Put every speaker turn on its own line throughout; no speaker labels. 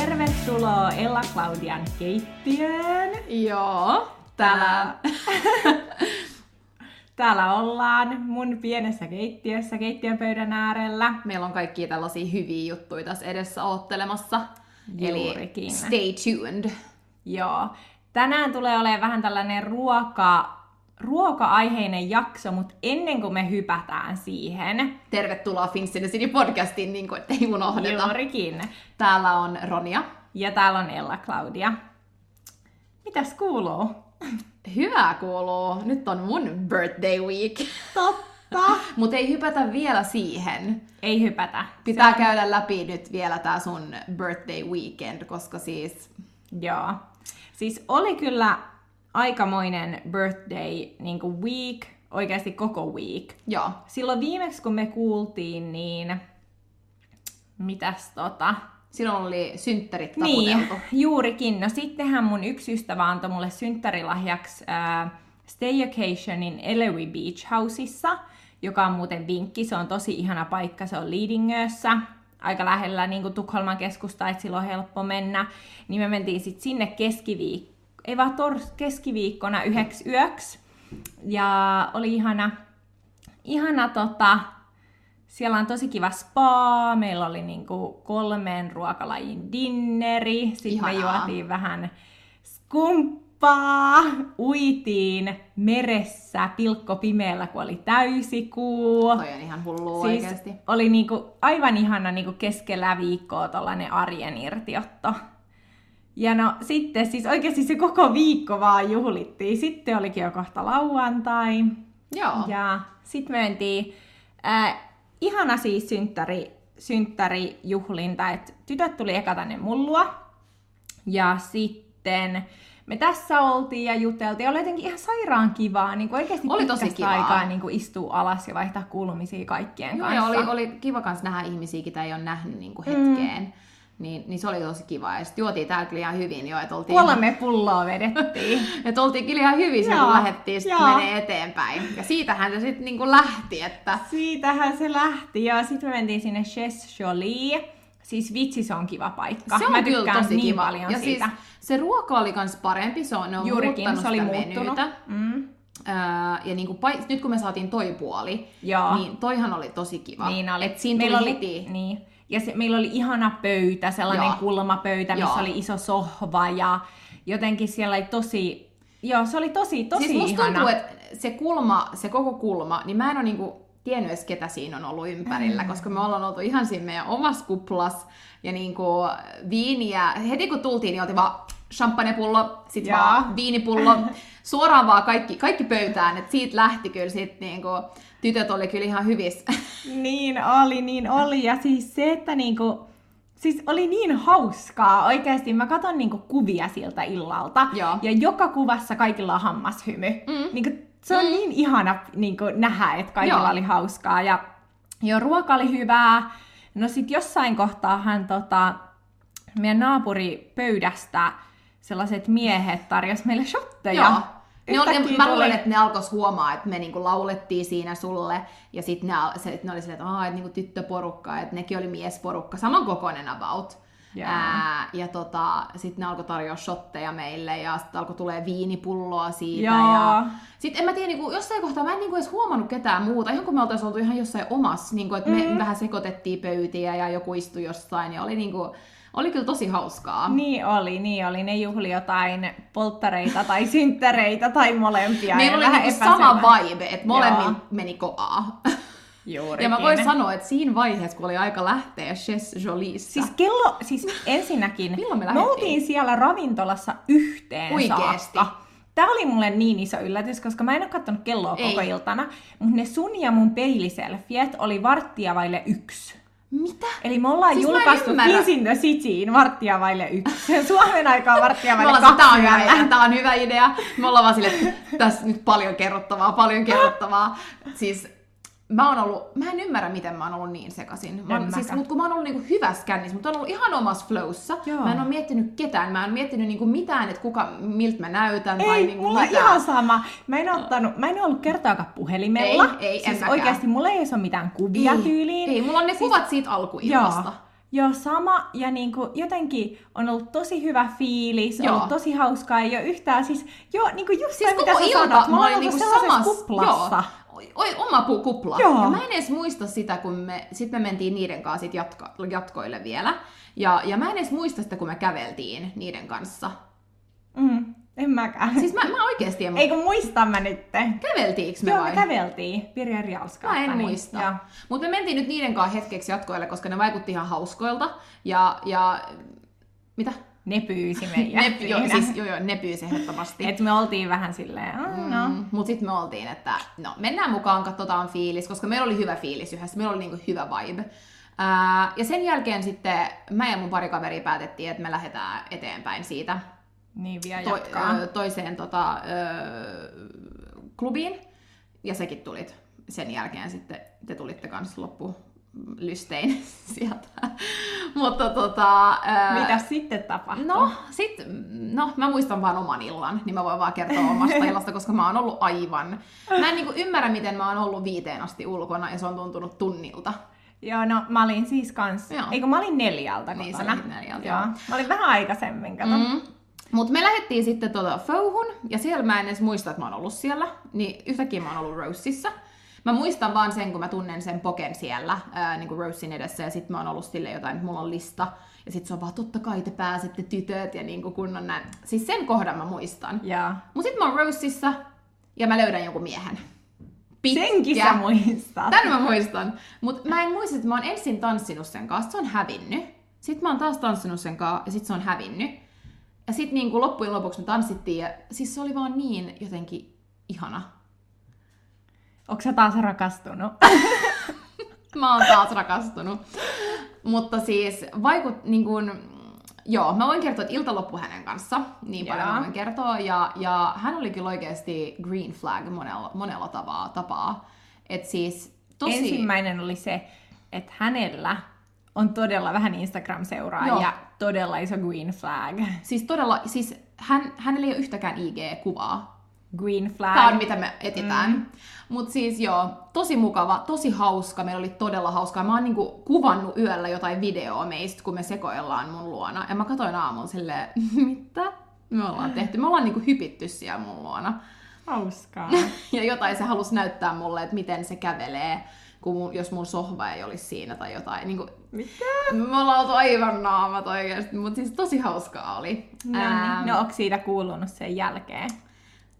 Tervetuloa Ella Claudian keittiöön.
Joo.
Täällä, täällä ollaan mun pienessä keittiössä keittiön pöydän äärellä.
Meillä on kaikki tällaisia hyviä juttuja tässä edessä oottelemassa.
Juurikin.
Eli stay tuned.
Joo. Tänään tulee olemaan vähän tällainen ruoka, ruoka-aiheinen jakso, mutta ennen kuin me hypätään siihen,
Tervetuloa Finssin ja City podcastiin, niin kuin ettei unohdeta.
Juurikin.
Täällä on Ronia.
Ja täällä on Ella Claudia. Mitäs kuuluu?
Hyvää kuuluu. Nyt on mun birthday week.
Totta.
Mutta ei hypätä vielä siihen.
Ei hypätä.
Pitää käydä läpi nyt vielä tää sun birthday weekend, koska siis...
Joo. Siis oli kyllä aikamoinen birthday niin kuin week, oikeasti koko week.
Joo.
Silloin viimeksi kun me kuultiin, niin mitäs tota?
Silloin oli synttärit
Niin.
taputeltu.
juurikin. No sittenhän mun yksi ystävä antoi mulle synttärilahjaksi äh, Staycationin Ellery Beach Houseissa, joka on muuten vinkki, se on tosi ihana paikka, se on Liidingössä, aika lähellä niin kuin Tukholman keskusta, että silloin on helppo mennä. Niin me mentiin sitten sinne keskiviikko, ei vaan tors, keskiviikkona yhdeksi yöksi. Ja oli ihana, ihana tota, siellä on tosi kiva spa, meillä oli niinku kolmen ruokalajin dinneri, sitten me
Ihanaa.
juotiin vähän skumppaa, uitiin meressä pilkkopimeällä, kun oli täysikuu.
Toi on ihan hullua siis... oikeasti.
oli niinku aivan ihana niinku keskellä viikkoa tollanen arjen irtiotto. Ja no sitten siis oikeasti se koko viikko vaan juhlittiin. Sitten olikin jo kohta lauantai.
Joo.
Ja sitten me mentiin, äh, ihana siis synttäri, synttärijuhlinta, että tytöt tuli eka tänne mullua. Ja sitten me tässä oltiin ja juteltiin. Oli jotenkin ihan sairaan kivaa, niin kuin oikeasti
Oli tosi
pitkästä
kivaa.
aikaa niin kuin istua alas ja vaihtaa kulmisia kaikkien
Joo, ja
kanssa.
oli, oli kiva kans nähdä ihmisiä, ketä ei ole nähnyt niinku hetkeen. Mm. Niin, niin, se oli tosi kiva. Ja sit juotiin täällä kyllä ihan hyvin jo, että oltiin,
Kolme pulloa vedettiin.
et oltiin kyllä ihan hyvin sen,
Joo,
kun lähdettiin sit
joo.
menee eteenpäin. Ja siitähän se sitten niinku lähti, että
Siitähän se lähti. Ja sitten me mentiin sinne Chez Jolie. Siis vitsi, se on kiva paikka.
se on
Mä
kyllä
tykkään
tosi
niin
kiva.
paljon
ja
siitä.
siis se ruoka oli kans parempi, se on, ne on
Juurikin,
muuttanut
se oli
sitä
muuttunut.
menytä.
Mm.
Öö, ja niinku, pait- nyt kun me saatiin toi puoli,
Joo.
niin toihan oli tosi kiva.
Niin oli.
Et siinä
meillä
tuli
oli,
heti-
niin. Ja se, meillä oli ihana pöytä, sellainen
Joo.
kulmapöytä, missä
Joo.
oli iso sohva ja jotenkin siellä oli tosi... Joo, se oli tosi, tosi
siis musta
ihana.
tuntuu, että se kulma, se koko kulma, niin mä en ole niinku tiennyt edes ketä siinä on ollut
Mm.
ympärillä, koska me ollaan oltu ihan siinä meidän omassa kuplas ja niinku viiniä, heti kun tultiin, niin oltiin vaan champagnepullo, sit
Jaa.
vaan viinipullo, suoraan vaan kaikki, kaikki pöytään, että siitä lähti kyllä sit niinku, tytöt oli kyllä ihan hyvissä.
Niin oli, niin oli. Ja siis se, että niinku, siis oli niin hauskaa. Oikeasti mä katson niinku kuvia siltä illalta.
Joo.
Ja joka kuvassa kaikilla on hammashymy.
Mm.
Niinku, se on niin ihana niinku, nähdä, että kaikilla
Joo.
oli hauskaa. Ja jo ruoka oli hyvää. No sit jossain kohtaahan tota, meidän naapuri pöydästä sellaiset miehet tarjosi meille shotteja.
Joo. Ne oli,
Yhtäkkiä
mä
tuli-
luulen, että ne alkoi huomaa, että me niinku laulettiin siinä sulle, ja sitten ne, al- se, ne oli silleen, että, "Aa, että niinku tyttöporukka, että nekin oli miesporukka, samankokoinen about.
Jaa.
Ää, ja tota, sitten ne alkoi tarjoa shotteja meille, ja sitten alkoi tulee viinipulloa siitä.
Joo.
Ja... Sitten en mä tiedä, niinku, jossain kohtaa mä en niinku edes huomannut ketään muuta, ihan kun me oltaisiin oltu ihan jossain omassa, niinku, että
Mm.
me vähän sekoitettiin pöytiä ja joku istui jossain, ja oli, niinku, oli kyllä tosi hauskaa.
Niin oli, niin oli. Ne juhli jotain polttareita tai synttäreitä tai molempia.
Meillä
Ja
oli
vähän
niinku sama
epäselvä.
vibe, että molemmilla
Joo.
meni kovaa.
Juurikin.
Ja mä voin sanoa, että siinä vaiheessa, kun oli aika lähteä Chez Jolissa,
Siis kello, siis ensinnäkin,
Milloin me
me
lähdettiin?
oltiin siellä ravintolassa yhteen
Oikeesti?
saakka. Tämä oli mulle niin iso yllätys, koska mä en ole katsonut kelloa
Ei.
koko iltana, mutta ne sun ja mun peiliselfiet oli varttia vaille yksi.
mitä?
Eli me ollaan
Siis
siis
mä en
julkaistu
ymmärrä.
Kiss in the Cityin varttia vaille yksi. Suomen aikaa varttia
Me
vaille
ollaan, tää, on
kaksi.
hyvä
yöllä.
idea, tää on hyvä idea. Me ollaan vaan silleen, että tässä nyt paljon kerrottavaa, paljon kerrottavaa. Siis mä oon ollut, mä en ymmärrä miten mä oon ollut niin sekasin. Mä
En
oon, siis,
mäkään.
mut kun mä oon ollut niinku hyvässä kännissä, mutta oon ollut ihan omassa flowssa.
Joo.
Mä en oo miettinyt ketään, mä en miettinyt niinku mitään, että kuka, miltä mä näytän tai
Ei,
niinku
mulla on
mitään.
ihan sama. Mä en, ottanut, mä en ollut kertaakaan puhelimella.
Ei, ei, en
siis
mäkään.
oikeasti mulla ei edes ole mitään kuvia
ei,
tyyliin.
Ei, mulla on ne kuvat siitä alkuillasta.
Siis Joo. Joo, sama. Ja niin kuin, jotenkin on ollut tosi hyvä fiilis, on
Joo.
ollut tosi hauskaa. Ei ole yhtään siis... Joo, niin kuin just
Siis
toi, mitä
koko
sä
ilta
sanot.
mä
Me
olin
ollaan
niinku
oltu sellaisessa
samassa-
kuplassa.
Oi, oi oma puu kupla.
Joo.
Ja mä en edes muista sitä, kun me, sit me mentiin niiden kanssa sit jatko, jatkoille vielä. Ja, ja mä en edes muista sitä, kun me käveltiin niiden kanssa.
Mm, en mäkään.
Siis mä, mä oikeesti en
Ei kun muistan mä nytte.
Käveltiiks me
Joo,
vai?
me käveltiin Pirja Rialskaa.
Mä en muista.
Joo.
Mutta me mentiin nyt niiden kanssa hetkeksi jatkoille, koska ne vaikutti ihan hauskoilta. Ja, ja mitä?
Ne pyysi meitä.
Ne, joo,
siinä.
siis, joo, joo, ne pyysi ehdottomasti.
Et me oltiin vähän silleen, mm, no.
Mm, mut sitten me oltiin, että no mennään mukaan, katsotaan fiilis, koska meillä oli hyvä fiilis yhdessä, meillä oli niinku hyvä vibe. Ää, ja sen jälkeen sitten mä ja mun pari kaveria päätettiin, että me lähdetään eteenpäin siitä
Niin vielä
to-
jatkaa.
ö, toiseen tota, ö, klubiin. Ja säkin tulit sen jälkeen sitten, te tulitte kanssa loppulystein sieltä. Mutta tota... ö,
Mitä sitten tapahtui?
No, sit, no, mä muistan vaan oman illan, niin mä voin vaan kertoa omasta illasta, koska mä oon ollut aivan... Mä en niinku ymmärrä, miten mä oon ollut viiteen asti ulkona, ja se on tuntunut tunnilta.
Joo, no mä olin siis kans,
Joo.
eikö mä olin neljältä
Niin,
kotona.
sä olit neljältä,
Joo.
joo.
Mä olin vähän aikaisemmin, kato. Mm.
Mm. Mutta me lähdettiin sitten tuota Fouhun, ja siellä mä en edes muista, että mä oon ollut siellä, niin yhtäkkiä mä oon ollut Roseissa. Mä muistan vaan sen, kun mä tunnen sen poken siellä, ää, niin kuin Rosein edessä, ja sitten mä oon ollut sille jotain, että mulla on lista, ja sitten se on vaan, totta kai te pääsette tytöt, ja niin kuin kunnon näin. Siis sen kohdan mä muistan.
Joo.
Mut sit mä oon Roseissa ja mä löydän jonkun miehen. Pitkä.
Senkin sä muistat.
Tän mä muistan. Mut mä en muista, että mä oon ensin tanssinut sen kanssa, se on hävinnyt. Sitten mä oon taas tanssinut sen kanssa ja sit se on hävinnyt. Ja sit niinku loppujen lopuksi me tanssittiin ja siis se oli vaan niin jotenkin ihana.
Onko sä taas rakastunut?
Mä oon taas rakastunut. Mutta siis vaikut niin kuin, joo, mä voin kertoa, että ilta loppu hänen kanssa, niin paljon
Joo.
mä voin kertoa. Ja, ja hän oli kyllä oikeasti green flag monella, monella tavaa, tapaa. Et siis tosi...
Ensimmäinen oli se, että hänellä on todella vähän
Joo.
Instagram-seuraajia, todella iso green flag.
Siis todella, siis hän, hänellä ei ole yhtäkään IG-kuvaa,
Green flag.
Tämä on mitä me etitään. Mm. Mutta siis joo, tosi mukava, tosi hauska. Meillä oli todella hauskaa. Mä oon niinku kuvannut yöllä jotain videoa meistä, kun me sekoillaan mun luona. Ja mä katsoin aamulla silleen, mitä me ollaan tehty. Me ollaan niinku hypitty siellä mun luona.
hauskaa.
Ja jotain se halusi näyttää mulle, että miten se kävelee, kun mun, jos mun sohva ei olisi siinä tai jotain. Niinku,
Mitä?
me ollaan oltu aivan naamat oikeasti, mutta siis tosi hauskaa oli.
No,
Ää,
niin. no onko siitä kuulunut sen jälkeen?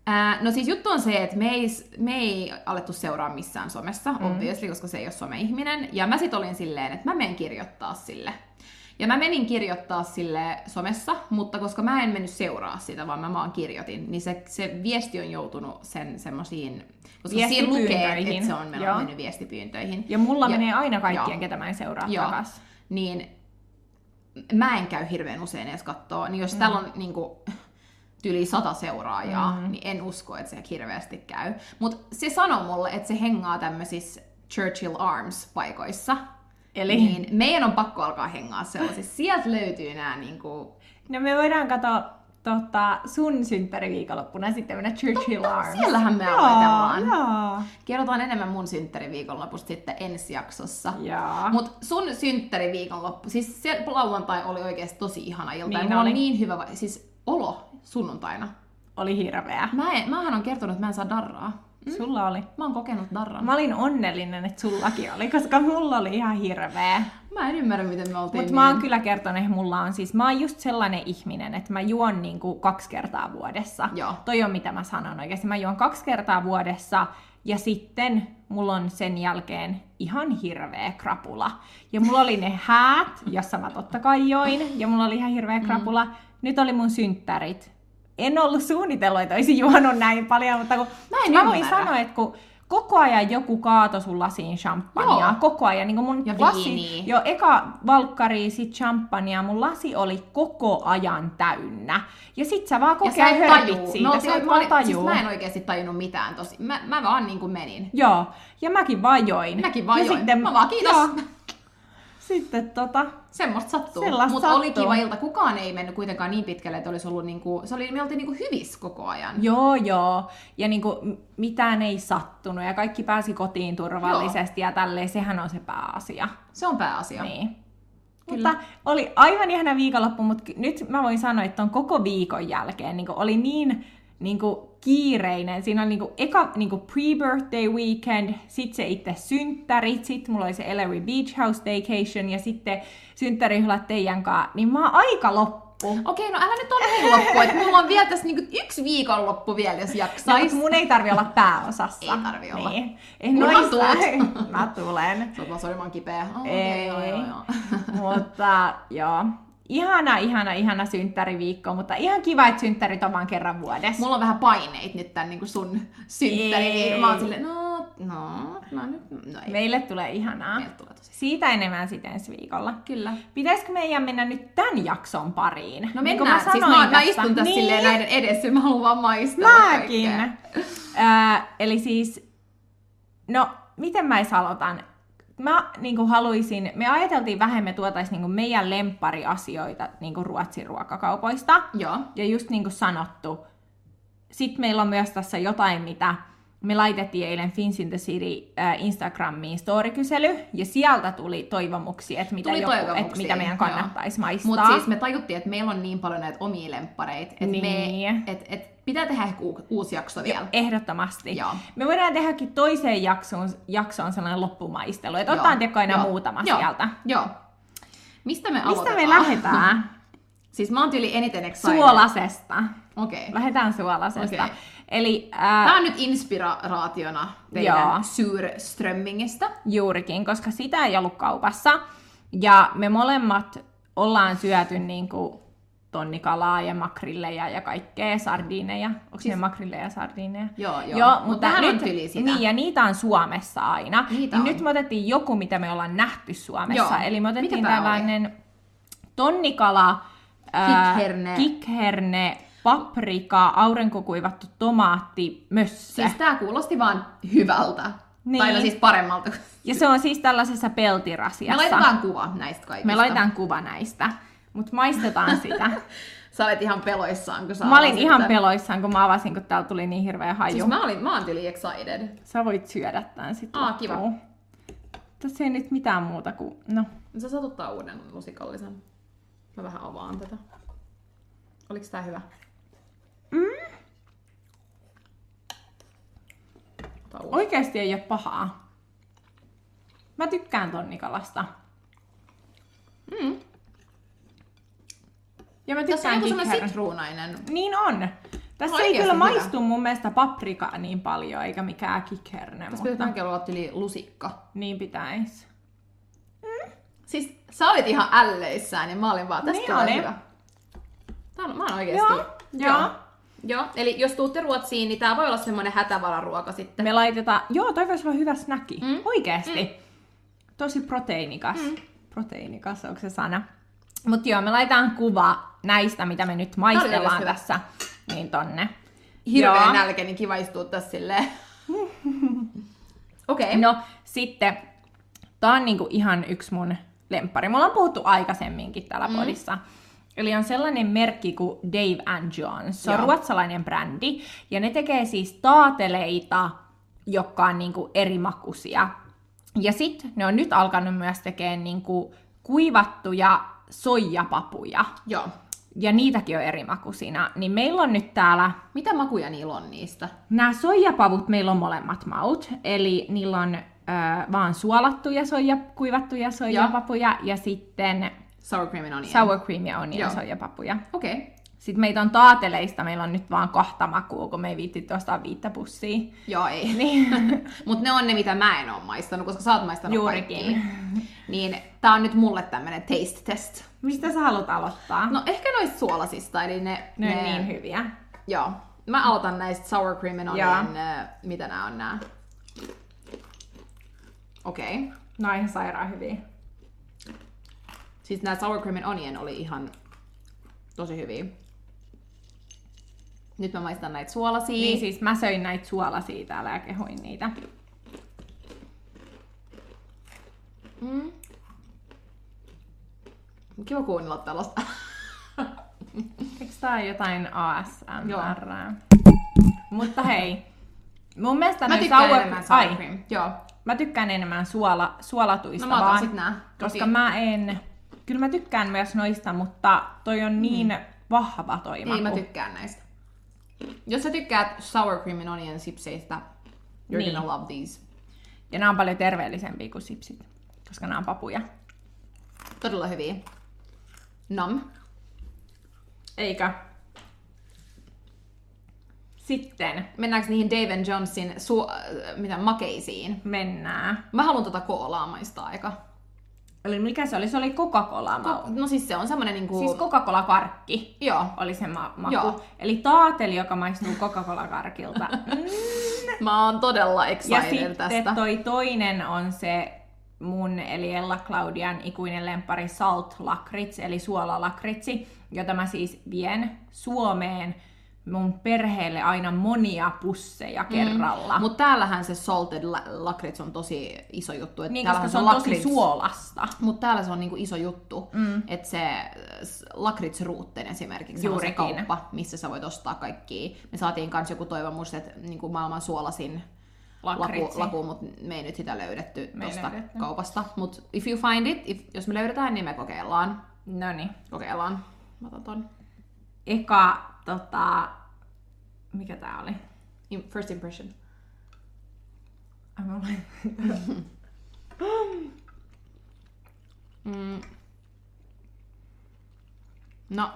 Ää, no siis juttu on se, että me ei, me ei alettu seuraa missään somessa, mm. obviously, koska se ei ole some-ihminen. Ja mä sit olin silleen, että mä menen kirjoittaa sille. Ja mä menin kirjoittaa sille somessa, mutta koska mä en mennyt seuraa sitä, vaan mä vaan kirjoitin, niin se, se viesti on joutunut sen semmoisiin, koska siinä lukee,
Viestipyyntöihin.
että se on mennyt,
Joo.
mennyt viestipyyntöihin.
Ja mulla
Ja-
menee aina kaikkien,
joo.
ketä mä en seuraa
Joo.
takas.
Niin mä en käy hirveän usein edes katsoa, niin jos mm. täällä on niinku yli sata seuraajaa,
Mm.
mm. niin en usko, että se hirveästi käy. Mutta se sanoi mulle, että se hengaa tämmöisissä Churchill Arms-paikoissa.
Eli
Niin meidän on pakko alkaa hengaa sellaisissa. Sieltä löytyy nämä niinku...
no me voidaan katsoa tota, sun synttäriviikonloppuna sitten mennä Churchill Arms.
Siellähän me aloitellaan.
joo, joo.
Kerrotaan enemmän mun synttäriviikonlopusta sitten ensi jaksossa.
Joo.
Mut sun synttäriviikonloppu, siis se lauantai oli oikeasti tosi ihana ilta.
Niin
Niin Mulla
oli.
oli niin hyvä, va- siis olo sunnuntaina.
Oli hirveä.
Mä en, mähän on kertonut, että mä en saa darraa.
Sulla oli.
Mä oon kokenut darran.
Mä olin onnellinen, että sullakin oli, koska mulla oli ihan hirveä.
Mä en ymmärrä, miten me oltiin
Mutta
niin.
mä oon kyllä kertonut, että mulla on siis, mä oon just sellainen ihminen, että mä juon niinku kaksi kertaa vuodessa.
Joo.
Toi on mitä mä sanon oikeasti. Mä juon kaksi kertaa vuodessa ja sitten mulla on sen jälkeen ihan hirveä krapula. Ja mulla oli ne häät, jossa mä totta kai join, ja mulla oli ihan
Mm.
hirveä krapula. Nyt oli mun synttärit. En ollut suunnitellut, että olisin juonut näin paljon, mutta kun
Mä en
mä voin
ymmärrä.
sanoa, että kun koko ajan joku kaato sun lasiin champagnea,
Joo.
koko ajan, niin kuin mun
Ja
lasi,
viiniä.
jo eka valkkari, sit champagnea, mun lasi oli koko ajan täynnä. Ja sit sä vaan
ja
koko
sä
ajan
et
hörpit
tajuu.
siitä,
Me
no,
oltiin,
sä et
mä,
vaan
olin, siis
tajuu.
mä en oikeasti tajunnut mitään tosi. Mä, mä vaan niin kuin menin.
Joo, ja mäkin vaan join.
Mäkin vaan
ja
join.
Sitten,
Mä vaan kiitos.
Joo. Sitten tota,
Semmosta sattuu.
Sellaista
Mutta oli
sattuu.
kiva ilta. Kukaan ei mennyt kuitenkaan niin pitkälle, että olisi ollut niinku, se oli, me oltiin niinku hyvissä koko ajan.
joo joo, ja niinku m- mitään ei sattunut, ja kaikki pääsi kotiin turvallisesti, joo. ja tälleen, sehän on se pääasia.
Se on pääasia.
Niin. Kyllä. Mutta oli aivan ihana viikonloppu, mutta ky- nyt mä voin sanoa, että on koko viikon jälkeen niin oli niin, niin kuin kiireinen. Siinä oli niin kuin eka niin kuin pre-birthday weekend, sitten se itse synttärit, sitten mulla oli se Ellery Beach House Vacation ja sitten synttärijuhlat teidän kanssa. Niin mä oon aika loppu.
Okei, no älä nyt ole niin loppu, että mulla on vielä tässä niinku yksi viikonloppu vielä, jos
No,
jaksais.
mut mun ei tarvi olla pääosassa.
Ei tarvi olla.
Niin. Eh,
Kun
noista-
vaan tulet.
mä tulen.
Sä oot vaan, sori, mä oon kipeä. Oh,
Ei.
ei. Joo, joo, joo.
mutta joo. Ihana, ihana, ihana synttäriviikko, mutta ihan kiva, että synttärit on vaan kerran vuodessa.
Mulla on vähän paineet nyt tän niinku sun synttäri,
Ei.
niin mä oon silleen, no, no, no nyt, no ei.
Meille tulee ihanaa.
Meiltä tulee tosi.
Siitä enemmän sitten ensi viikolla.
Kyllä.
Pitäisikö meidän mennä nyt tämän jakson pariin?
No
Niin kuin
mennään, mä siis mä, oon- mä istun tässä
niin,
silleen näiden edessä, ja mä haluan vaan maistella
Mäkin.
kaikkea.
Ää, eli siis, no miten mä edes aloitan? Mä niin kuin haluaisin, me ajateltiin vähän, me tuotaisiin niin kuin meidän lemppariasioita niin kuin Ruotsin ruokakaupoista.
Joo.
Ja just niin kuin sanottu, sitten meillä on myös tässä jotain, mitä me laitettiin eilen Fins in the City äh, Instagramiin storykysely, ja sieltä tuli toivomuksia, että mitä,
Tuli
joku, että
toivomuksia,
mitä meidän
joo.
kannattaisi maistaa.
Mutta siis me tajuttiin, että meillä on niin paljon näitä omia lemppareita, että
Niin.
me, et, et, pitää tehdä ehkä u- uusi jakso vielä.
Ehdottomasti.
Joo.
Me voidaan tehdäkin toiseen jaksoon, jaksoon sellainen loppumaistelu, että otetaan tiedätkö, aina
Joo.
muutama
Joo.
sieltä.
Joo. Mistä me
Mistä
aloitetaan?
me lähdetään?
Siis mä oon tyyli eniten excited.
Suolasesta.
Okei. Okay.
Lähdetään suolasesta.
Okei.
Eli äh,
Tää on nyt inspiraationa
Joo.
teidän Surströmmingistä.
Juurikin, koska sitä ei ollut kaupassa. Ja me molemmat ollaan syöty niin kuin tonnikalaa ja makrilleja ja kaikkea, sardiineja. Onko siis... ne makrilleja ja sardiineja?
Joo, joo.
joo
Mut
mutta
tämähän on
nyt,
tyli sitä.
Niin, ja niitä on Suomessa aina.
Niitä
niin
on.
Nyt me otettiin joku, mitä me ollaan nähty Suomessa.
Joo.
Eli me otettiin
Mikä tää oli?
tällainen tonnikala, ää,
Kikherne.
kikherne, paprika, aurinkokuivattu tomaatti, mössö.
Siis tää kuulosti vaan hyvältä.
Niin.
Tai no siis paremmalta. Me
Ja se on siis tällaisessa peltirasiassa.
laitetaan kuva näistä kaikista.
Me laitetaan kuva näistä, mutta maistetaan sitä.
Sä olet ihan peloissaan, kun sä
Mä olin
avasit
ihan
tän.
peloissaan, kun mä avasin, kun täällä tuli niin hirveä haju.
Siis mä, olin, mä oon tyli excited.
Sä voit syödä tämän sitten
Aa, kiva.
Tässä ei nyt mitään muuta kuin... No,
Se satuttaa uuden musikallisen. Mä vähän avaan tätä. Oliks tää hyvä? Mm. Oi.
oikeasti ei ole pahaa. Mä tykkään tonnikalasta.
Mm.
Ja mä
Tässä
tykkään
on joku semmonen
kikherran.
sitruunainen.
Niin on. Tässä
Oikeasti
ei kyllä
hyvä.
maistu mun mielestä paprikaa niin paljon, eikä mikään kikherne,
Tässä
mutta
pitää mäkin olla tyli lusikka.
niin pitäis. Mm.
Siis sä olit ihan älleissään ja mä olin vaan, tästä
Niin
tulee
olin.
hyvä. Tää on, mä oon oikeesti.
Joo, joo.
Joo, eli jos tuutte Ruotsiin, niin tää voi olla semmonen hätävararuoka sitten.
Me laitetaan, joo, toi voisi olla hyvä snäkki. Mm.
Mm.
Oikeesti. Mm. Tosi proteiinikas. Mm. Proteiinikas, onko se sana? Mutta joo, me laitetaan kuva näistä, mitä me nyt
oikeesti
maistellaan
hyvä.
tässä, niin tonne.
Hirveä
Joo.
nälkä, niin kiva istua tässä silleen. Okei.
No sitten, tää on niinku ihan yksi mun lemppari. Mulla on puhuttu aikaisemminkin täällä mm. podissa. Eli on sellainen merkki kuin Dave and Jones. Se on
Joo.
ruotsalainen brändi. Ja ne tekee siis taateleita, jotka on niinku eri makuisia. Ja sitten ne on nyt alkanut myös tekemään niinku kuivattuja soijapapuja.
Joo.
Ja niitäkin on eri makuisina. Niin meillä on nyt täällä
Mitä makuja niillä on niistä?
Nämä soijapavut meillä on molemmat maut, eli niillä on ö, vaan suolattuja soija, kuivattuja soijapapuja ja, sitten
Sour cream and onion.
sour cream ja onion
Joo.
soijapapuja.
Okei.
Sitten meitä on taateleista, meillä on nyt vaan kahta makua, kun me ei viitti ostaa viittä pussia.
Joo, ei.
Niin.
Mut ne on ne, mitä mä en oo maistanut, koska sä oot maistanut
Juurikin.
kaikki. Niin tää on nyt mulle tämmönen taste test.
Mistä sä haluat aloittaa?
No ehkä noista suolasista, eli ne...
ne on niin hyviä.
Joo. Mä aloitan näistä sour cream and
Joo.
onion, ö, mitä nämä on nää. Okei. Okay.
Ne on No, ihan sairaan hyviä.
Siis nämä sour cream and onion oli ihan tosi hyviä. Nyt mä maistan näitä suolasia.
Niin siis mä söin näitä suolasia täällä ja kehuin niitä.
Mm. Kiva kuunnella tällaista.
Eikö tää ole jotain ASMR?
Joo.
Mutta hei, mun mielestä
Mä
noi
tykkään
sour-
enemmän sour
Ai,
cream. Joo.
Mä tykkään enemmän suola, suolatuista
No mä otan
vaan,
sit nää.
koska mä en Kyllä mä tykkään myös noista, mutta toi on niin vahva toi
Ei, Mm. Niin, mä
maku.
tykkään näistä. Jos sä tykkäät sour cream and onion sipseistä, you're
Niin.
gonna love these.
Ja nämä on paljon terveellisempiä kuin sipsit, koska nämä on papuja.
Todella hyviä. Nom.
Eikä. Sitten
Mennäänkö niihin Dave and Johnson su- äh, mitä, makeisiin?
mennään.
Mä haluan tota koolaa maistaa aika.
Eli mikä se oli? Se oli Coca-Cola
Ko-
maku.
no siis se on semmonen niinku...
Siis Coca-Cola-karkki
joo.
oli se ma- maku.
Joo.
Eli taateli, joka maistuu Coca-Cola-karkilta. Mm.
Mä oon todella
ja
excited
sitten
tästä.
toi toinen on se mun eli Ella Claudian ikuinen lempari salt lakrits, eli suolalakritsi, jota mä siis vien Suomeen mun perheelle aina monia pusseja
Mm.
kerralla.
Mutta täällähän se salted la- lakrits on tosi iso juttu. Et
Niin,
täällähän
koska se on tosi suolasta.
Mutta täällä se on niinku iso juttu, mm. että se äh, s- lakritsruutten esimerkiksi on se
Juurikin.
kauppa, missä sä voit ostaa kaikki. Me saatiin kans joku toivomus, että niinku maailman suolasin laku,
Lakritsi.
laku mutta me ei nyt sitä löydetty
Me ei
tuosta
löydetty.
kaupasta. Mutta if you find it, if, jos me löydetään, niin me kokeillaan.
Noniin.
Kokeillaan. Mä otan ton.
Eka, tota, mikä tää oli?
Im- First impression.
Ai, mä luin.
Mm. No,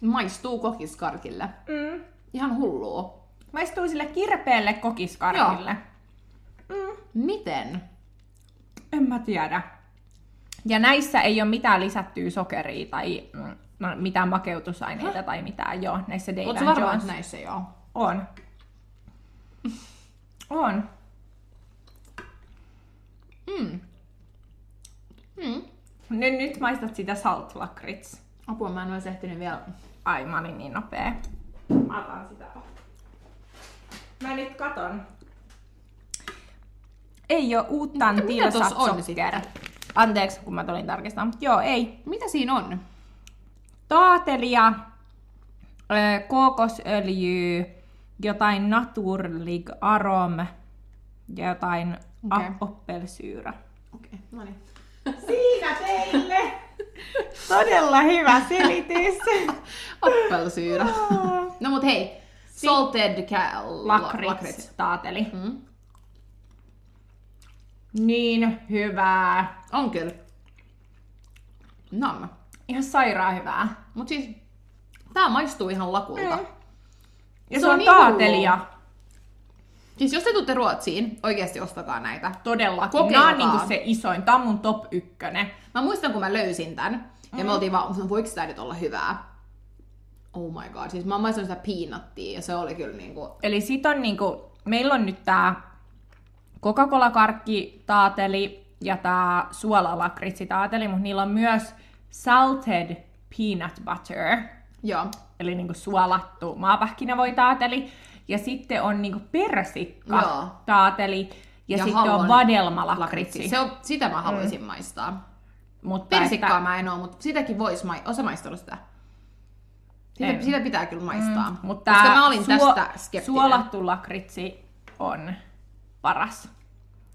maistuu kokiskarkille.
Mm.
Ihan hullua.
Maistuu sille kirpeelle kokiskarkille.
Miten?
En mä tiedä. Ja näissä ei ole mitään lisättyä sokeria tai mm, no, mitään makeutusaineita tai mitään. Joo, näissä Dave
Oletko
and
varma,
Jones.
että näissä joo?
On. On.
Mm.
Nyt, nyt maistat sitä salt lakrits.
Apua, mä en olisi ehtinyt vielä.
Ai, mä olin niin nopea. Mä otan sitä. Mä nyt katon. Ei ole uutta
Mitä- mitä
tilsa
tossa on
sokkera. Anteeksi, kun mä tulin tarkistamaan, mutta joo, ei.
Mitä siinä on?
Taatelia, ö, kookosöljyä, jotain naturlig arom ja jotain
Okei.
okay. appelsyyrä.
Okei, okay, no niin.
Siinä teille! Todella hyvä selitys!
Appelsyyrä. no mut hei, salted ca-
Lakrits,
lakrits.
taateli.
Mm.
Niin hyvää.
On kyllä. Nam.
Ihan sairaan hyvää.
Mut siis, tää maistuu ihan lakulta.
Mm.
Mm.
Ja se,
Se
on,
on niin
taatelia.
Siis jos te tuutte Ruotsiin, oikeasti ostakaa näitä.
Todella. Nämä
Kokeilkaa.
on niinku se isoin. Tämä on mun top ykkönen.
Mä muistan, kun mä löysin tän, ja
Mm.
me oltiin vaan, "No, voiko tää nyt olla hyvää? Oh my god, siis mä oon maistanut sitä piinattia, ja se oli kyllä niinku...
Eli sit on niinku, meillä on nyt tää Coca-Cola-karkki taateli ja tää suolalakritsi taateli, mutta niillä on myös salted peanut butter,
Joo.
eli niinku suolattu maapähkinävoi taateli. Ja sitten on niinku persikka
Joo.
taateli ja,
Ja
ja sitten on
haluan
vadelmalakritsi.
Se on, sitä mä haluaisin mm. maistaa.
Mutta
Persikkaa mä en oo, mutta sitäkin vois ma- Osa maistanut sitä? Sitä,
En.
sitä pitää kyllä maistaa. Mm,
mutta
koska mä olin
suo-
tästä skeptinen.
Suolattu lakritsi on paras
Mm.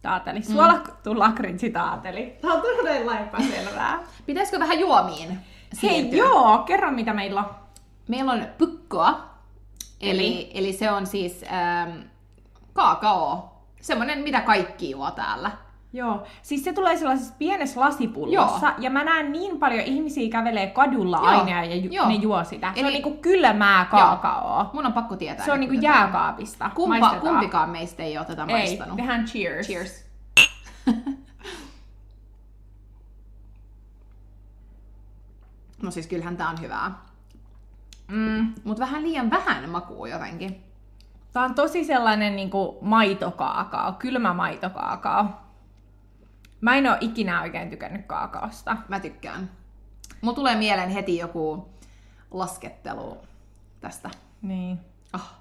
taateli. Suolattu lakritsi taateli. Tämä on todella epäselvää.
Pitäisikö vähän juomiin?
Hei,
siirtyä?
joo, kerro mitä meillä on.
Meillä on pykkoa, eli, eli se on siis ähm, kaakao. Semmonen, mitä kaikki juo täällä.
Joo, siis se tulee sellaisessa pienessä lasipullossa, Joo. ja mä näen niin paljon ihmisiä kävelee kadulla
Joo,
Joo. aina ja ju-
joo.
ne juo sitä. Se Eli...
Eli-
on niinku kylmää kaakaoa.
Mun on pakko tietää.
Se on
nyt,
niinku
mitä tää on.
jääkaapista.
Kumpa,
Maistetaan.
kumpikaan meistä ei ole tätä
Ei,
maistanut.
tehdään cheers.
Cheers. no siis kyllähän tää on hyvää.
Mm.
Mut vähän liian vähän makuu jotenkin.
Tämä on tosi sellainen niin kuin maitokaakao, kylmä maitokaakao. Mä en ole ikinä oikein tykännyt kaakaosta.
Mä tykkään. Mulla tulee mieleen heti joku laskettelu tästä.
Niin.
Ah,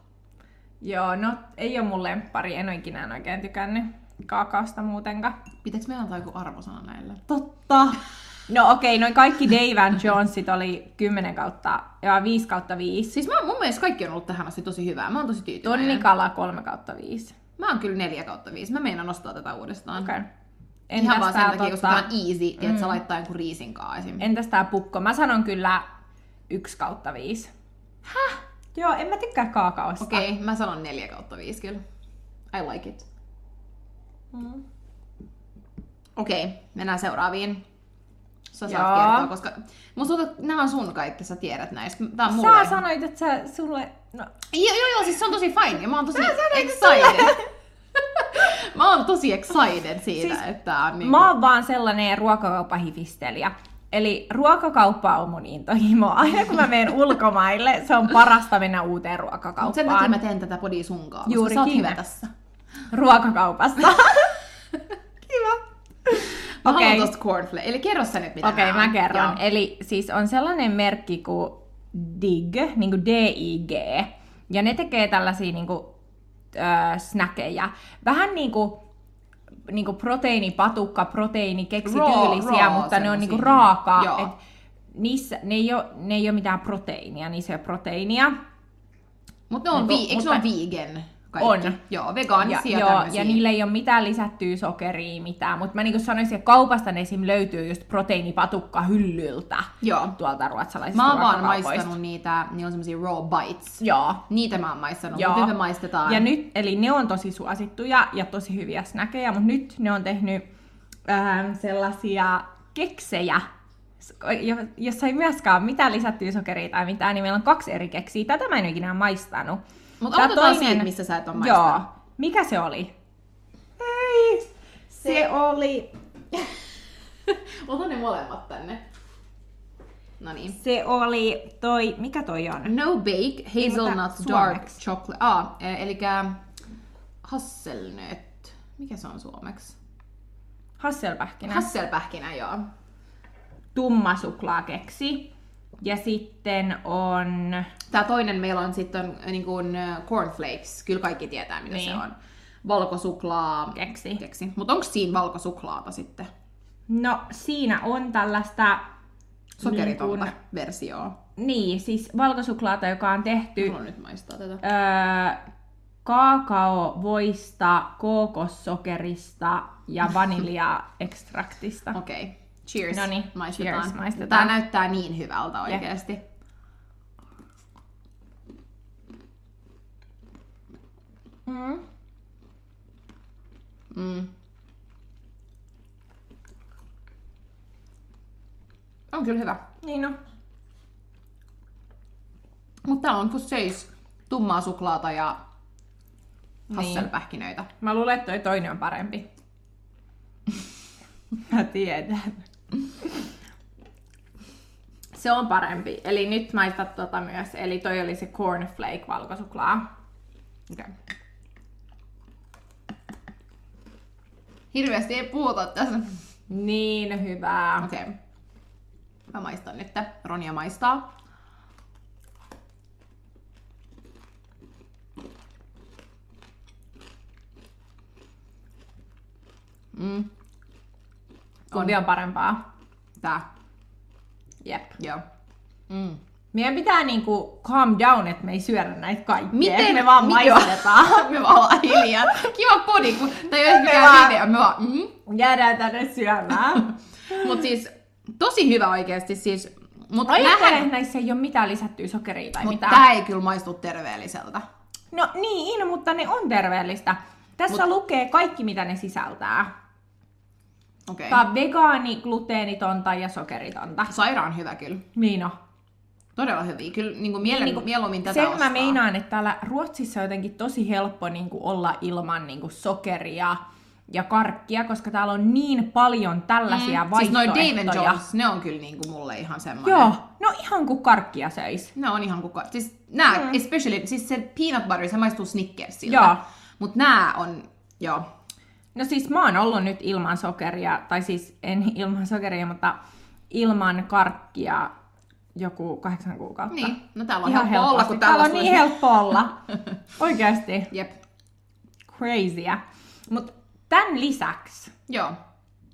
Joo, no ei ole mun lemppari, en ole ikinä oikein tykännyt kaakaosta muutenkaan.
pitääkö meillä antaa joku arvosana näille?
Totta. No okei, noin kaikki Dave and Jonesit oli 10 kautta, ja 5 kautta 5.
Siis mä, mun mielestä kaikki on ollut tähän asti tosi hyvää. Mä oon tosi
niin
tyytyväinen.
Tonnikala 3 kautta 5.
Mä oon kyllä 4 kautta 5. Mä meinaan nostaa tätä uudestaan.
Okei.
Entäs Ihan vaan sen
tää
takia, koska
tota-
tämä on easy, mm. että sä laittaa jonkun riisinkaa esim.
Entäs tää pukko? Mä sanon kyllä 1 kautta 5. Häh? Joo, en mä tykkää kaakaosta.
Okei, okay, mä sanon 4 kautta 5 kyllä. I like it.
Mm.
Okei, okay, mennään seuraaviin. Sä saat
Joo.
kertoa, koska musta tuntuu, että nämä on sun kaikki, sä tiedät näistä. Tää on mulle.
Sä sanoit, että sä sulle... No,
Joo, joo, joo, siis se on tosi fine ja mä oon tosi excited. mä oon tosi excited siitä,
Siis
siis, että tää on niinku...
mä oon vaan sellainen ruokakauppahifistelijä. Eli ruokakauppa on mun intohimo. Aina kun mä menen ulkomaille, se on parasta mennä uuteen
Mut sen takia
ruokakauppaan.
mä teen tätä podia sunkaan, koska
Juurikin
sä oot hyvä
näin.
tässä.
Ruokakaupasta. Kiva.
Mä okay.
Okei.
haluan tosta cornflake. Eli kerro sä nyt, mitä
Okei,
nää
mä
on.
kerron.
Joo.
Eli siis on sellainen merkki kuin DIG, niin kuin D-I-G, ja ne tekee tällaisia niin kuin, äh, snackeja. Vähän niin kuin, niin kuin proteiinipatukka, proteiinikeksityylisiä,
Raw- raw
mutta ne on niin kuin
semmosia.
raakaa.
Joo.
Et niissä, ne, ei ole, ne ei ole mitään proteiinia, niissä ei ole proteiinia.
Mut ne on,
Niinku,
vi- eikö ne on
mutta-
vegan kaikki?
On.
Joo, vegaanisia
ja, niin joo,
tämmösiä.
ja niillä ei ole mitään lisättyä sokeria, mitään. Mutta mä niin kuin sanoisin, että kaupasta ne esim. löytyy just proteiinipatukka hyllyltä
Joo.
tuolta ruotsalaisista
Mä oon vaan
ruokakaupoista.
maistanut niitä, niillä on semmosia raw bites.
Joo.
Niitä mä oon maistanut,
Joo.
mutta nyt me maistetaan.
Ja nyt, eli ne on tosi suosittuja ja tosi hyviä snäkejä, mutta nyt ne on tehnyt ähm, sellaisia keksejä, s- jo- jossa ei myöskään ole mitään lisättyä sokeria tai mitään, niin meillä on kaksi eri keksiä. Tätä mä en ole ikinä maistanut.
Mut
Tää
aloitetaan
toinen-
siitä, missä sä et oo maistanut.
Joo. Mikä se oli? Ei, se,
Se-
oli...
Ota ne molemmat tänne. No niin.
Se oli toi... Mikä toi on?
No bake, hazelnut
mutta
dark
suomeksi.
chocolate. Ah, eli hasselnöt. Mikä se on suomeksi?
Hasselpähkinä.
Hasselpähkinä, joo.
Tumma suklaakeksi. Ja sitten on...
Tää toinen meillä on sitten niin kuin äh, cornflakes. Kyllä kaikki tietää, mitä
Niin.
se on. Valkosuklaa.
Keksi.
keksi. Mutta onko siinä valkosuklaata sitten?
No siinä on tällaista,
Sokeritonta
Niin
niin versioa.
niin siis valkosuklaata, joka on tehty
Haluan nyt maistaa tätä.
öö, kaakaovoista, kookossokerista ja vaniljaekstraktista.
Okei. Okay. Cheers.
Noniin,
maistetaan.
cheers, maistetaan.
Tää näyttää niin hyvältä oikeesti.
Mm.
Mm. On kyllä hyvä.
Niin no.
Mutta tää on kuin seis tummaa suklaata ja Niin. hasselpähkinöitä.
Niin. Mä luulen, että toi toinen on parempi. Mä tiedän. Se on parempi. Eli nyt maistat tota myös. Eli toi oli se cornflake valkosuklaa.
Okay. Hirveästi ei puhuta tässä.
Niin hyvää.
Okei. Okay. Mä maistan nyt. Ronja maistaa. Mm.
Kumpi on parempaa?
Tää.
Jep.
Joo. Mm.
Meidän pitää niinku calm down, että me ei syödä näitä kaikkea.
Miten-
me vaan
miten-
maistetaan?
me vaan ollaan hiljaa. Kiva podi, kun tai ei ole
vaan-
mikään video. Me vaan, mm.
Jäädään tänne syömään.
Mut siis, tosi hyvä oikeesti siis. Mut
Ajattelen,
nähdään,
että näissä ei ole mitään lisättyä sokeria tai
mut
mitään.
tää ei kyllä maistu terveelliseltä.
No niin, mutta ne on terveellistä. Tässä lukee kaikki, mitä ne sisältää.
Okei.
Tää on vegaani, gluteenitonta ja sokeritonta.
Sairaan hyvä kyllä.
Niin on.
Todella hyviä. Kyllä niin kuin mielen,
niinku-
mieluummin tätä
Sen
ostaa.
mä meinaan, että täällä Ruotsissa on jotenkin tosi helppo niin kuin olla ilman niin kuin sokeria ja karkkia, koska täällä on niin paljon tällaisia mm,
Siis noi
vaihtoehtoja.
Dave and Jones, ne on kyllä niin kuin mulle ihan semmoinen.
Joo, no ihan kuin karkkia söis.
Ne on ihan kuka. Siis nää, mm. especially, siis se peanut butter, se maistuu Snickersiltä.
Joo.
Mut nää on, joo.
No siis mä oon ollut nyt ilman sokeria, tai siis en ilman sokeria, mutta ilman karkkia joku kahdeksan kuukautta.
Niin, no täällä on
Ihan
helppo
helposti.
olla, kun
täällä on
sulla-
niin helppo olla. Oikeasti.
Jep,
Crazyä. Mutta tämän lisäksi
joo.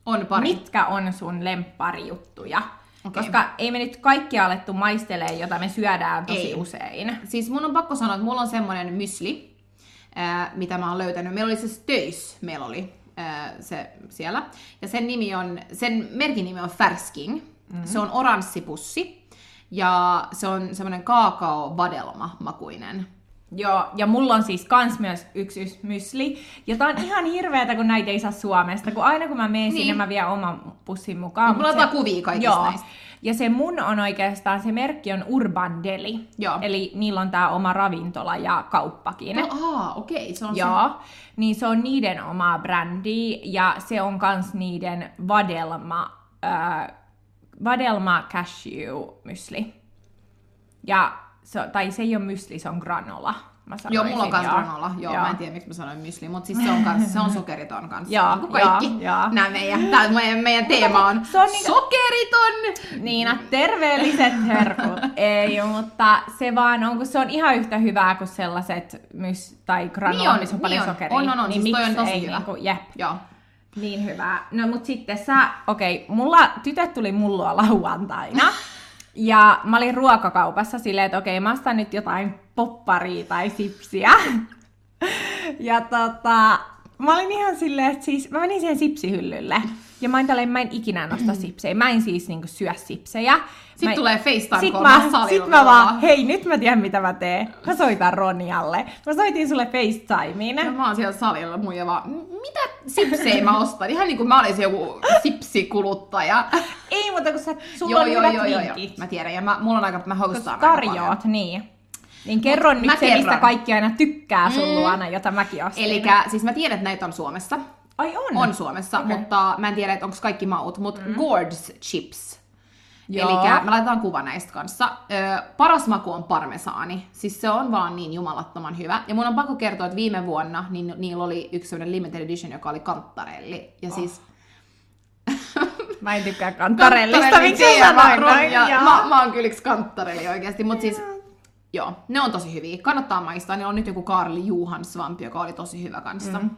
On pari.
Mitkä on sun lempparijuttuja? Okay.
Okei.
Koska ei me nyt kaikkia alettu maistelee, jota me syödään tosi
Ei.
usein.
Siis mun on pakko sanoa, että mulla on semmoinen mysli, ää, mitä mä oon löytänyt. siis Meillä oli se töis, meillä oli ää, se siellä. Ja sen, nimi on, sen merkin nimi on Färsking.
Mhm.
Mm-hmm. Se on oranssipussi ja se on semmoinen kaakaovadelma makuinen.
Joo, ja mulla on siis kans myös yksi yksi mysli. Ja tää on ihan hirveetä, kun näitä ei saa Suomesta, kun aina kun mä menen niin. sinne,
Niin.
mä vien oman pussin mukaan.
Mulla
mut
on kuvia kaikista
Joo.
näistä.
Ja se mun on oikeastaan, se merkki on Urban Deli.
Joo.
Eli niillä on tää oma ravintola ja kauppakin.
No, aa, okei, se on
Joo, niin se on niiden omaa brändiä ja se on kans niiden vadelma, äh, vadelma cashew mysli. Ja se, tai se ei ole mysli, se on granola. Mä
se. Joo, mulla on
sanoisin,
kans granola. Joo, joo, mä en tiedä, miksi mä sanoin mysli, mutta siis se on, kans, se on sokeriton kanssa.
Joo,
niin kuin kaikki
joo, joo.
nämä meidän, tää meidän, meidän teema on
Se on niinku-
sokeriton!
Niina, Niin, no, terveelliset herkut. ei, mutta se vaan on, kun se on ihan yhtä hyvää kuin sellaiset mys tai granola,
Niin on,
missä on paljon
niin on.
sokeria.
On, on, on.
Niin
Siis toi
miksi
on tosi
ei
hyvä.
niinku, jep.
Joo.
Niin hyvä. No mut sitten sä, okei, okay, mulla, tytöt tuli mullua lauantaina. Ja mä olin ruokakaupassa silleen, että okei, okay, mä ostan nyt jotain popparia tai sipsiä. Ja tota, mä olin ihan silleen, että siis mä menin siihen sipsihyllylle. Ja mä olin tälleen, mä en ikinä nosta sipsejä. Mä en siis niinku syö sipsejä.
Sitten
mä...
tulee FaceTime
Sitten
kolmas
mä, sit
salilla.
mä vaan, hei nyt mä tiedän mitä mä teen. Mä soitan Ronialle. Mä soitin sulle FaceTimeen.
Ja mä oon siellä salilla mun ja vaan, "M- mitä sipsejä mä ostan? Ihan niin kuin mä olisin joku sipsikuluttaja.
Ei, mutta kun sä, sulla joo, on joo, hyvät joo, vinkit.
Mä tiedän, ja mä, mulla on aika, mä
Kun
hostaan
sä
aika paljon.
tarjoat, niin. Niin kerro nyt
mä
se, mistä
kerron.
kaikki aina tykkää sun
Mm.
luona, jota mäkin ostin.
Elikkä, siis mä tiedän, että näitä on Suomessa.
Ai on?
On Suomessa,
Okei.
mutta mä en tiedä, että onko kaikki maut, mutta mm. Gourds chips.
Joo.
Eli me laitetaan kuva näistä kanssa. Ö, paras maku on parmesaani. Siis se on vaan niin jumalattoman hyvä. Ja mun on pakko kertoa, että viime vuonna niin, niillä oli yksi sellainen limited edition, joka oli kantarelli. Ja siis
Mä en tykkää kantarellista, miksi
Kantarelli,
sä sanoit
Tiemaro
noin?
ja
Joo.
Mä, mä oon kyllä yksi kantarelli oikeasti, mutta siis joo, ne on tosi hyviä. Kannattaa maistaa, niillä on nyt joku Karli Juhansvampi, joka oli tosi hyvä kanssa. Mm.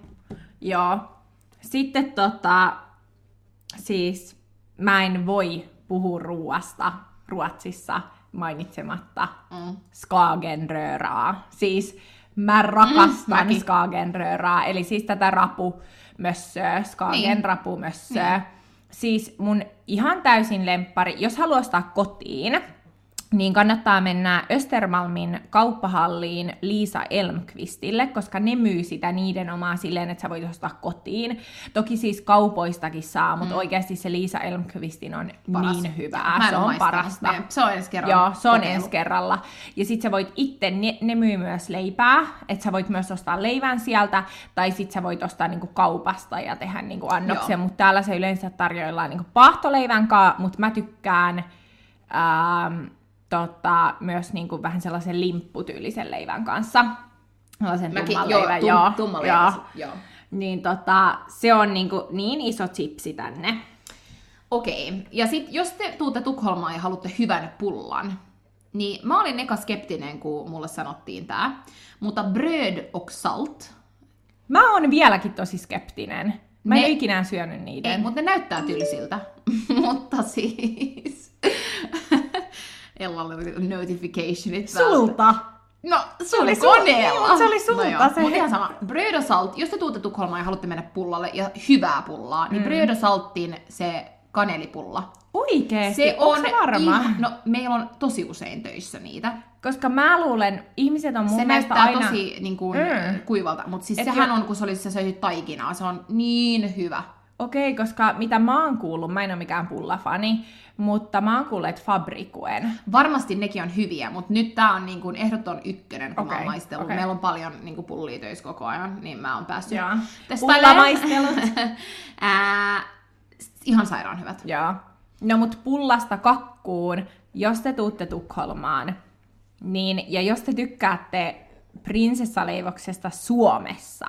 Joo. Sitten tota, siis mä en voi puhua ruuasta Ruotsissa mainitsematta
Mm.
skagenrööraa. Siis mä rakastan mm,
mäkin.
skagenrööraa, eli siis tätä rapumössöä, skagen
Niin.
rapumössöä. Siis mun ihan täysin lemppari, jos haluaa ostaa kotiin, niin kannattaa mennä Östermalmin kauppahalliin Liisa Elmqvistille, koska ne myy sitä niiden omaa silleen, että sä voit ostaa kotiin. Toki siis kaupoistakin saa, mutta mm. oikeasti se Liisa Elmqvistin on
Paras.
niin
Mä
hyvää,
en
se
oo
on
maistanut,
parasta.
mut me- Se on ensi kerran.
Joo, se on
kokeilu.
ensi kerralla. Ja sit sä voit itse, ne, ne myy myös leipää, että sä voit myös ostaa leivän sieltä, tai sit sä voit ostaa niinku kaupasta ja tehdä niinku annoksen,
Joo.
mutta täällä se yleensä tarjoillaan niinku paahtoleivän kaa, mutta mä tykkään ähm, tota, myös niinku vähän sellaisen limpputyylisen leivän kanssa. Sellaisen tumman
Mäkin, joo,
leivän,
tum,
joo,
tumma
joo.
leivä, joo.
Niin tota, se on niinku niin iso chipsi tänne.
Okei, ja sit jos te tuutte Tukholmaan ja haluatte hyvän pullan, niin mä olin eka skeptinen, kun mulle sanottiin tää. Mutta bröd och salt,
Mä oon vieläkin tosi skeptinen. Mä en
Ne-
ole ikinä syönyt niiden.
Ei, mutta ne näyttää tylsiltä. mutta siis... Ella oli notificationit päältä.
Sulta!
No, sun
oli
oli
sul-
koneella.
niin, mut se oli sulta se-
Mutta No ihan sama. Bröd och salt, jos te tuutte Tukholmaan ja haluatte mennä pullalle, ja hyvää pullaa, niin mm. bröd och saltin se kanelipulla.
Oikeesti?
Se on
Onks varma?
ihan- no, meillä on tosi usein töissä niitä.
Koska mä luulen, ihmiset on mun
se
mielestä
näyttää
aina...
aina... tosi niin kuin,
Mm.
mm. kuivalta, mutta siis
Et
sehän
jo-
on, kun se olisi, sä söisit taikinaa, se on niin hyvä.
Okei, koska mitä mä oon kuullut, mä en ole mikään pullafani, mutta mä oon kuullut että fabrikuen.
Varmasti nekin on hyviä, mutta nyt tää on niin kuin ehdoton ykkönen, kun mä
Okei,
oon maistellut.
okei.
Meillä on paljon niin kuin pullia töissä koko ajan, niin mä oon päässyt
Jaa.
testailemaan.
Pullamaistelut.
Ää, ihan sairaan hyvät.
Joo. No mut pullasta kakkuun, jos te tuutte Tukholmaan, niin, ja jos te tykkäätte prinsessaleivoksesta Suomessa,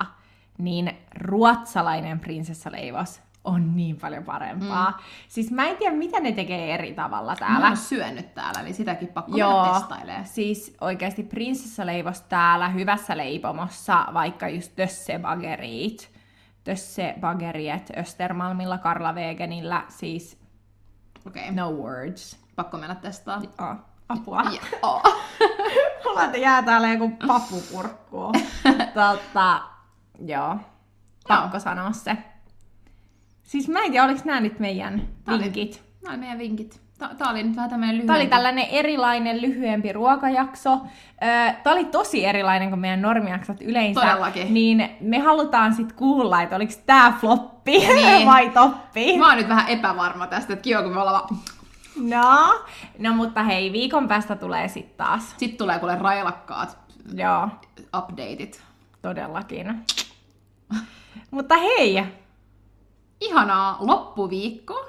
niin ruotsalainen prinsessaleivos on niin paljon parempaa. Mm. Siis mä en tiedä, mitä ne tekee eri tavalla
Mä
täällä.
oon syönyt täällä, eli sitäkin pakko mennä
Joo,
testailemaan.
siis oikeasti prinsessaleivos täällä hyvässä leipomossa, vaikka just tössebagerit, tössebageriet Östermalmilla, Karla Wegenillä, siis
Okei,
no words.
pakko mennä testaa.
Oh, apua.
Ja, oh.
Mulla te jää täällä joku papukurkku. tota, joo, pakko sanoa se. Siis mä en tiedä, oliko nämä nyt meidän
Tää oli-
vinkit.
Nämä oli meidän vinkit. Tää, tää oli nyt vähän tämmöinen lyhyempi.
Tämä oli tällainen erilainen, lyhyempi ruokajakso. Ö, Tämä oli tosi erilainen kuin meidän normijaksot yleensä.
Todellakin.
Niin me halutaan sitten kuulla, että oliko tämä floppi
Niin.
vai toppi.
Mä oon nyt vähän epävarma tästä, että kiva kun me ollaan vaan...
No, no mutta hei, viikon päästä tulee sitten taas.
Sitten tulee kuule railakkaat
Joo,
updateit.
todellakin. mutta hei,
Ihanaa loppuviikko.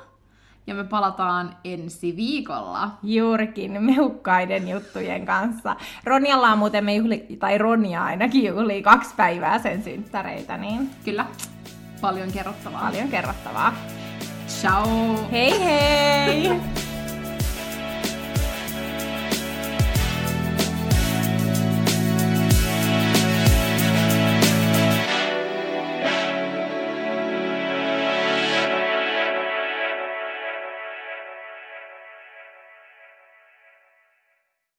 Ja me palataan ensi viikolla.
juurikin mehukkaiden juttujen kanssa. Ronjalla on muuten me juhli, tai Ronja ainakin juhlii kaksi päivää sen synttäreitä, niin
Kyllä, paljon kerrottavaa.
paljon kerrottavaa.
Ciao!
Hei hei!